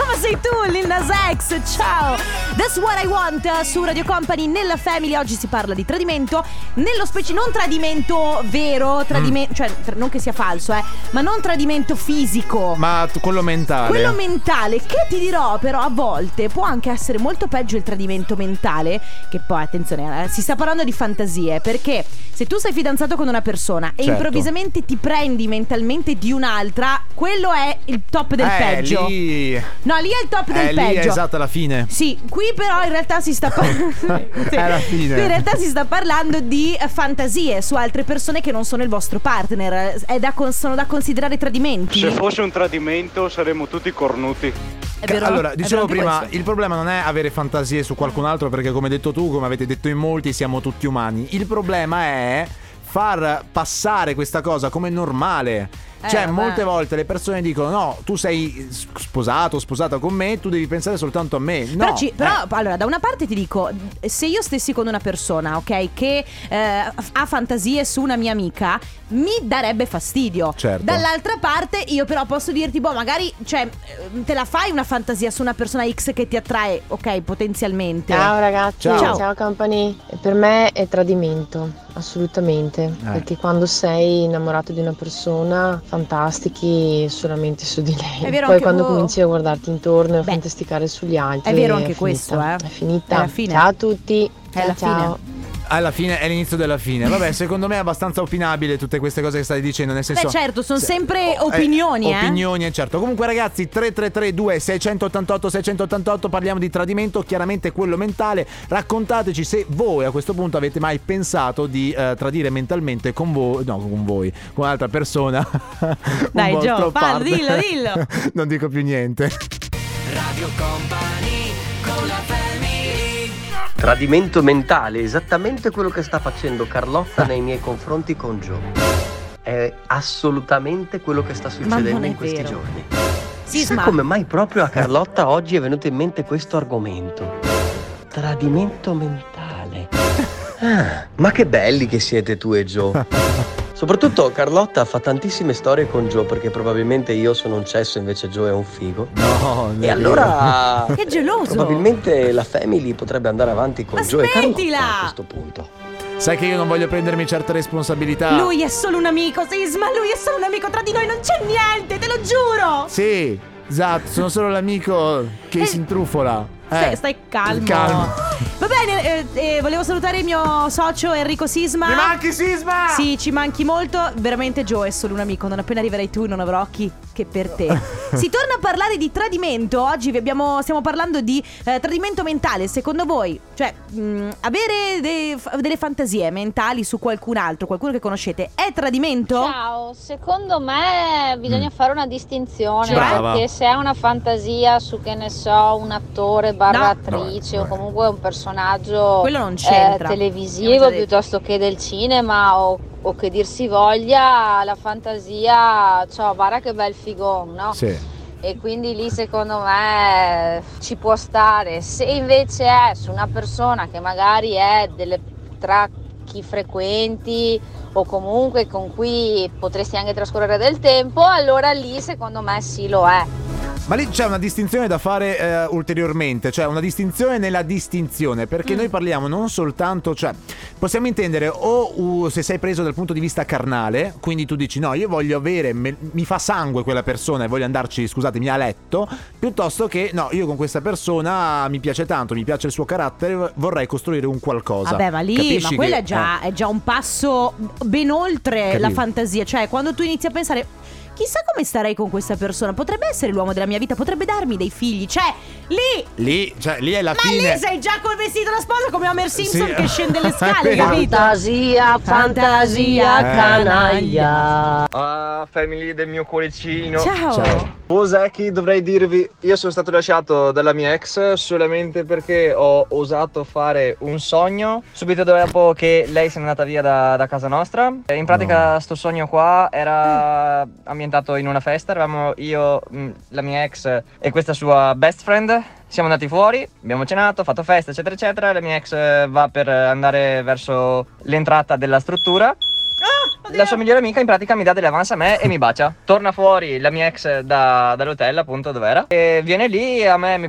Speaker 1: Ah, ma sei tu, Lil Nas X, ciao! That's what I want eh, su Radio Company, nella Family oggi si parla di tradimento, nello specie non tradimento vero,
Speaker 2: Mm.
Speaker 1: tradimento, cioè tra- non che sia falso, eh, ma non tradimento fisico.
Speaker 2: Ma tu- quello mentale.
Speaker 1: Quello mentale, che ti dirò però a volte può anche essere molto peggio il tradimento mentale, che poi attenzione, eh, si sta parlando di fantasie, perché se tu sei fidanzato con una persona e
Speaker 2: Certo.
Speaker 1: improvvisamente ti prendi mentalmente di un'altra, quello è il top del
Speaker 2: eh,
Speaker 1: peggio.
Speaker 2: Lì...
Speaker 1: No, lì è il top
Speaker 2: eh,
Speaker 1: del
Speaker 2: lì è
Speaker 1: peggio.
Speaker 2: esatto alla fine.
Speaker 1: Sì, qui però in realtà si sta parlando.
Speaker 2: Alla fine.
Speaker 1: Qui in realtà si sta parlando di eh, fantasie su altre persone che non sono il vostro partner. È da con- sono da considerare tradimenti.
Speaker 13: Se fosse un tradimento saremmo tutti cornuti.
Speaker 1: È vero? È
Speaker 2: Allora,
Speaker 1: vero
Speaker 2: dicevo
Speaker 1: anche
Speaker 2: prima,
Speaker 1: questo?
Speaker 2: il problema non è avere fantasie su qualcun altro perché come hai detto tu, come avete detto in molti, siamo tutti umani. Il problema è far passare questa cosa come normale.
Speaker 1: Eh,
Speaker 2: cioè,
Speaker 1: vabbè.
Speaker 2: molte volte le persone dicono: No, tu sei s- sposato o sposata con me, tu devi pensare soltanto a me. No,
Speaker 1: però, ci- però,
Speaker 2: eh.
Speaker 1: allora, da una parte ti dico, se io stessi con una persona, ok, che eh, ha fantasie su una mia amica, mi darebbe fastidio.
Speaker 2: Certo.
Speaker 1: Dall'altra parte, io però posso dirti, boh, magari, cioè, eh, te la fai una fantasia su una persona X che ti attrae, ok, potenzialmente.
Speaker 4: Ah,
Speaker 14: Ciao ragazzi,
Speaker 1: Ciao.
Speaker 14: ciao, company. Per me è tradimento, assolutamente,
Speaker 1: Eh.
Speaker 14: perché quando sei innamorato di una persona fantastichi solamente su di lei.
Speaker 1: È vero
Speaker 14: Poi
Speaker 1: anche-
Speaker 14: quando
Speaker 1: oh.
Speaker 14: cominci a guardarti intorno e a fantasticare sugli altri.
Speaker 1: È vero anche
Speaker 14: finita.
Speaker 1: questo, eh.
Speaker 14: È finita.
Speaker 1: È la fine.
Speaker 14: Ciao a tutti.
Speaker 1: È la
Speaker 14: ciao, ciao.
Speaker 1: fine.
Speaker 2: Alla fine è l'inizio della fine. Vabbè, secondo me è abbastanza opinabile tutte queste cose che stai dicendo. Nel senso,
Speaker 1: Beh, certo, sono
Speaker 2: se-
Speaker 1: sempre
Speaker 4: oh,
Speaker 2: Eh,
Speaker 1: opinioni, eh.
Speaker 2: Opinioni, eh, certo. Comunque, ragazzi, 3332 688 688 parliamo di tradimento, chiaramente quello mentale. Raccontateci se voi a questo punto avete mai pensato di eh, tradire mentalmente con voi, no, con voi, con un'altra persona. un
Speaker 1: Dai, Gio,
Speaker 2: vostro
Speaker 1: fallo,
Speaker 2: partner.
Speaker 1: dillo, dillo.
Speaker 2: non dico più niente.
Speaker 3: Radio Company con la family.
Speaker 4: Tradimento mentale, esattamente quello che sta facendo Carlotta nei miei confronti con Joe. È assolutamente quello che sta
Speaker 1: non
Speaker 4: succedendo
Speaker 1: è
Speaker 4: in questi
Speaker 1: vero.
Speaker 4: giorni.
Speaker 1: Sì,
Speaker 4: Chissà
Speaker 1: ma-
Speaker 4: come mai proprio a Carlotta oggi è venuto in mente questo argomento. Tradimento mentale. Ah, ma che belli che siete tu e Joe. Soprattutto Carlotta fa tantissime storie con Joe perché probabilmente io sono un cesso invece Joe è un figo.
Speaker 2: No,
Speaker 4: e allora
Speaker 1: Che geloso.
Speaker 4: Probabilmente la family potrebbe andare avanti con
Speaker 1: Ma
Speaker 4: Joe e Carlotta
Speaker 1: smettila!
Speaker 4: a questo punto.
Speaker 2: Sai che io non voglio prendermi certe responsabilità.
Speaker 1: Lui è solo un amico, Sisma, lui è solo un amico, tra di noi non c'è niente, te lo giuro.
Speaker 2: Sì, esatto, sono solo l'amico che si intrufola.
Speaker 1: Stai,
Speaker 2: Eh,
Speaker 1: Eh. stai calmo.
Speaker 2: Calmo.
Speaker 1: Va bene, eh, eh, volevo salutare il mio socio Enrico Sisma.
Speaker 2: Mi manchi Sisma!
Speaker 1: Sì, ci manchi molto. Veramente Joe è solo un amico. Non appena arriverai tu non avrò occhi che per te. si torna a parlare di tradimento. Oggi vi abbiamo- stiamo parlando di eh, tradimento mentale. Secondo voi, cioè, mh, avere de- f- delle fantasie mentali su qualcun altro, qualcuno che conoscete, è tradimento?
Speaker 15: Ciao, secondo me bisogna fare una distinzione
Speaker 1: Mm. Brava.
Speaker 15: perché se è una fantasia su che ne so, un attore barra
Speaker 1: No.
Speaker 15: attrice o comunque un personaggio
Speaker 1: Quello non
Speaker 6: Eh,
Speaker 1: c'entra. Abbiamo già
Speaker 15: Eh, televisivo
Speaker 1: detto.
Speaker 15: piuttosto che del cinema o, o che dir si voglia, la fantasia, ciao, guarda che bel figon, no? E quindi lì secondo me ci può stare. Se invece è su una persona che magari è delle tra chi frequenti o comunque con cui potresti anche trascorrere del tempo, allora lì secondo me sì lo è.
Speaker 2: Ma lì c'è una distinzione da fare eh, ulteriormente, cioè una distinzione nella distinzione, perché
Speaker 1: Mm.
Speaker 2: noi parliamo non soltanto, cioè possiamo intendere o uh, se sei preso dal punto di vista carnale, quindi tu dici no, io voglio avere, me- mi fa sangue quella persona e voglio andarci, scusatemi, a letto, piuttosto che no, io con questa persona mi piace tanto, mi piace il suo carattere, vorrei costruire un qualcosa.
Speaker 1: Vabbè, ma lì,
Speaker 2: Capisci
Speaker 1: ma quello
Speaker 2: che-
Speaker 1: è,
Speaker 2: eh,
Speaker 1: già, è già un passo ben oltre
Speaker 2: Capito.
Speaker 1: la fantasia. Cioè, quando tu inizi a pensare, chissà come starei con questa persona, potrebbe essere l'uomo della mia vita, potrebbe darmi dei figli. Cioè, lì.
Speaker 2: eh, Lì, cioè, lì è la
Speaker 1: Ma
Speaker 2: fine.
Speaker 1: lì sei già col vestito da sposa come Homer Simpson
Speaker 2: Sì.
Speaker 1: che scende le scale,
Speaker 2: È vero.
Speaker 1: capito?
Speaker 16: Fantasia, fantasia,
Speaker 1: Eh.
Speaker 16: canaglia.
Speaker 17: Ah, family del mio cuoricino.
Speaker 1: Ciao. Ciao.
Speaker 17: Posecchi, dovrei dirvi, io sono stato lasciato dalla mia ex solamente perché ho osato fare un sogno subito dopo che lei se n'è andata via da, da casa nostra. Eh, In pratica sto sogno qua era ambientato in una festa, eravamo io, mh, la mia ex e questa sua best friend. Siamo andati fuori, abbiamo cenato, fatto festa, eccetera, eccetera. La mia ex eh, va per andare verso l'entrata della struttura. La sua migliore amica in pratica mi dà delle avance a me e mi bacia. Torna fuori la mia ex da- dall'hotel, appunto, dov'era. E viene lì, a me mi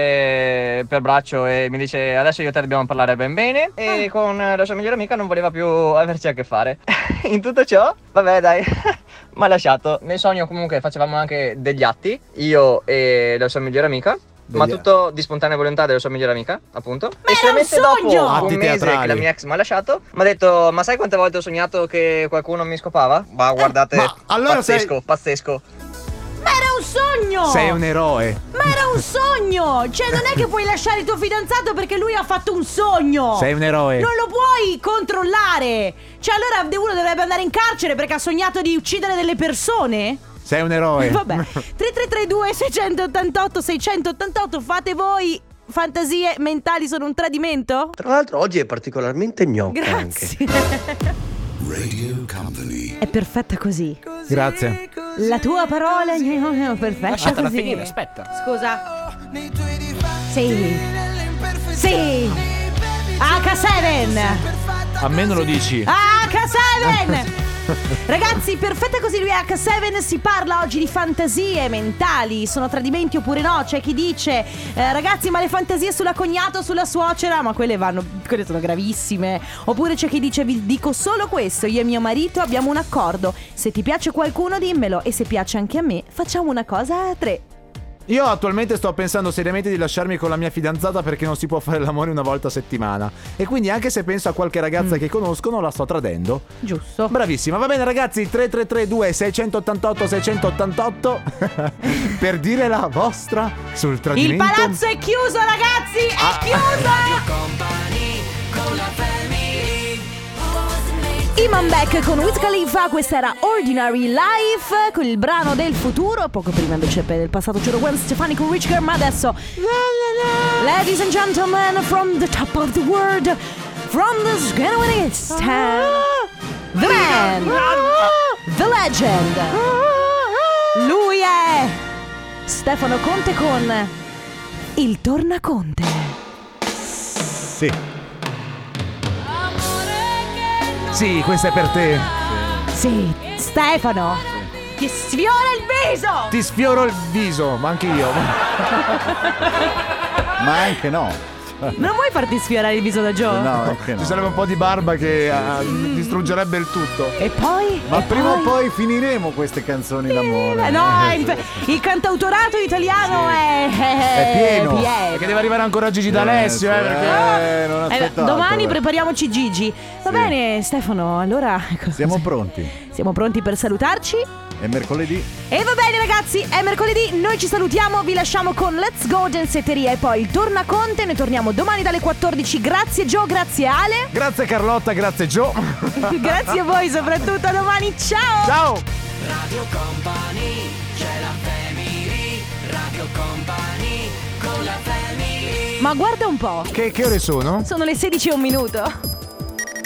Speaker 17: prende per braccio e mi dice adesso io e te dobbiamo parlare ben bene.
Speaker 1: Ah.
Speaker 17: E con la sua migliore amica non voleva più averci a che fare. in tutto ciò, vabbè dai, mi ha lasciato. Nel sogno comunque facevamo anche degli atti, io e la sua migliore amica. Ma
Speaker 2: Degli-
Speaker 17: tutto di spontanea volontà della sua migliore amica, appunto. e
Speaker 1: era un
Speaker 17: solamente dopo
Speaker 1: sogno!
Speaker 17: un
Speaker 2: Atti
Speaker 17: mese che la
Speaker 2: teatrali.
Speaker 17: mia ex mi ha lasciato, mi ha detto: Ma sai quante volte ho sognato che qualcuno mi scopava? Ma guardate,
Speaker 2: Eh, allora sei-
Speaker 17: pazzesco, pazzesco.
Speaker 1: Ma era un sogno!
Speaker 2: Sei un eroe.
Speaker 1: Ma era un sogno! Cioè, non è che puoi lasciare il tuo fidanzato perché lui ha fatto un sogno!
Speaker 2: Sei un
Speaker 18: Eh.
Speaker 2: eroe.
Speaker 1: Non lo puoi controllare! Cioè, allora uno dovrebbe andare in carcere perché ha sognato di uccidere delle persone?
Speaker 2: Sei un eroe.
Speaker 1: Eh, Vabbè, 3332 688 688 fate voi fantasie mentali sono un tradimento?
Speaker 4: Tra l'altro oggi è particolarmente gnocca
Speaker 1: Grazie.
Speaker 4: anche.
Speaker 9: Radio Company.
Speaker 1: È perfetta così.
Speaker 2: Grazie.
Speaker 1: La tua parola è perfetta
Speaker 18: Lasciatela
Speaker 1: così.
Speaker 18: finire, aspetta.
Speaker 1: Scusa. Sì. Sì. H7.
Speaker 18: A me non lo dici.
Speaker 1: H7. Ragazzi, perfetta così lui è H7 si parla oggi di fantasie mentali, sono tradimenti oppure no? C'è chi dice eh, "Ragazzi, ma le fantasie sulla cognata o sulla suocera, ma quelle vanno quelle sono gravissime". Oppure c'è chi dice "Vi dico solo questo, io e mio marito abbiamo un accordo. Se ti piace qualcuno dimmelo e se piace anche a me, facciamo una cosa a tre".
Speaker 2: Io attualmente sto pensando seriamente di lasciarmi con la mia fidanzata perché non si può fare l'amore una volta a settimana. E quindi anche se penso a qualche
Speaker 1: Mm.
Speaker 2: ragazza che conosco non la sto tradendo.
Speaker 1: Giusto.
Speaker 2: Bravissima. Va bene ragazzi, 3332 688 688 per dire la vostra sul tradimento.
Speaker 1: Il palazzo è chiuso, ragazzi! È eh.
Speaker 2: Ah.
Speaker 1: chiuso! Iman Beck con Wiz Khalifa, questa era Ordinary Life con il brano del futuro. Poco prima invece per il passato c'era Gwen Stefani con Rich Girl, ma adesso. Ladies and gentlemen, from the top of the world, from the Scanwin The man! The legend! Lui è Stefano Conte con Il Tornaconte.
Speaker 2: Sì. Sì, questa è per te.
Speaker 1: Sì, Stefano! Ti sfiora il viso!
Speaker 2: Ti sfioro il viso, ma anche io.
Speaker 1: Ah,
Speaker 2: ma anche no.
Speaker 1: Non vuoi farti sfiorare il viso da Joe?
Speaker 2: Ci sarebbe un po' di barba che ah, distruggerebbe il tutto.
Speaker 1: E poi?
Speaker 19: Ma
Speaker 1: E
Speaker 19: prima
Speaker 1: poi?
Speaker 19: o poi finiremo queste canzoni d'amore.
Speaker 1: Eh, No, il, il cantautorato italiano è,
Speaker 19: È pieno.
Speaker 2: Perché deve arrivare ancora Gigi
Speaker 19: D'Alessio,
Speaker 2: D'Alessio, eh,
Speaker 19: eh,
Speaker 2: perché...
Speaker 19: non
Speaker 1: Eh,
Speaker 19: aspetto altro,
Speaker 1: domani
Speaker 19: eh.
Speaker 1: prepariamoci Gigi. Va bene, Stefano, allora ecco,
Speaker 19: Siamo pronti.
Speaker 1: siamo pronti per salutarci.
Speaker 19: È mercoledì.
Speaker 1: E va bene ragazzi, è mercoledì, noi ci salutiamo, vi lasciamo con Let's Go Gensetteria e poi il Tornaconte, noi torniamo domani dalle 14, grazie Gio, grazie Ale,
Speaker 2: Grazie Carlotta, grazie Gio.
Speaker 1: grazie a voi soprattutto, a domani, ciao!
Speaker 2: Ciao!
Speaker 3: Radio Company, c'è la family, Radio Company, con la family.
Speaker 1: Ma guarda un po',
Speaker 2: Che, che ore sono?
Speaker 1: sono le 16 e un minuto.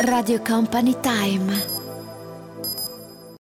Speaker 8: Radio Company Time.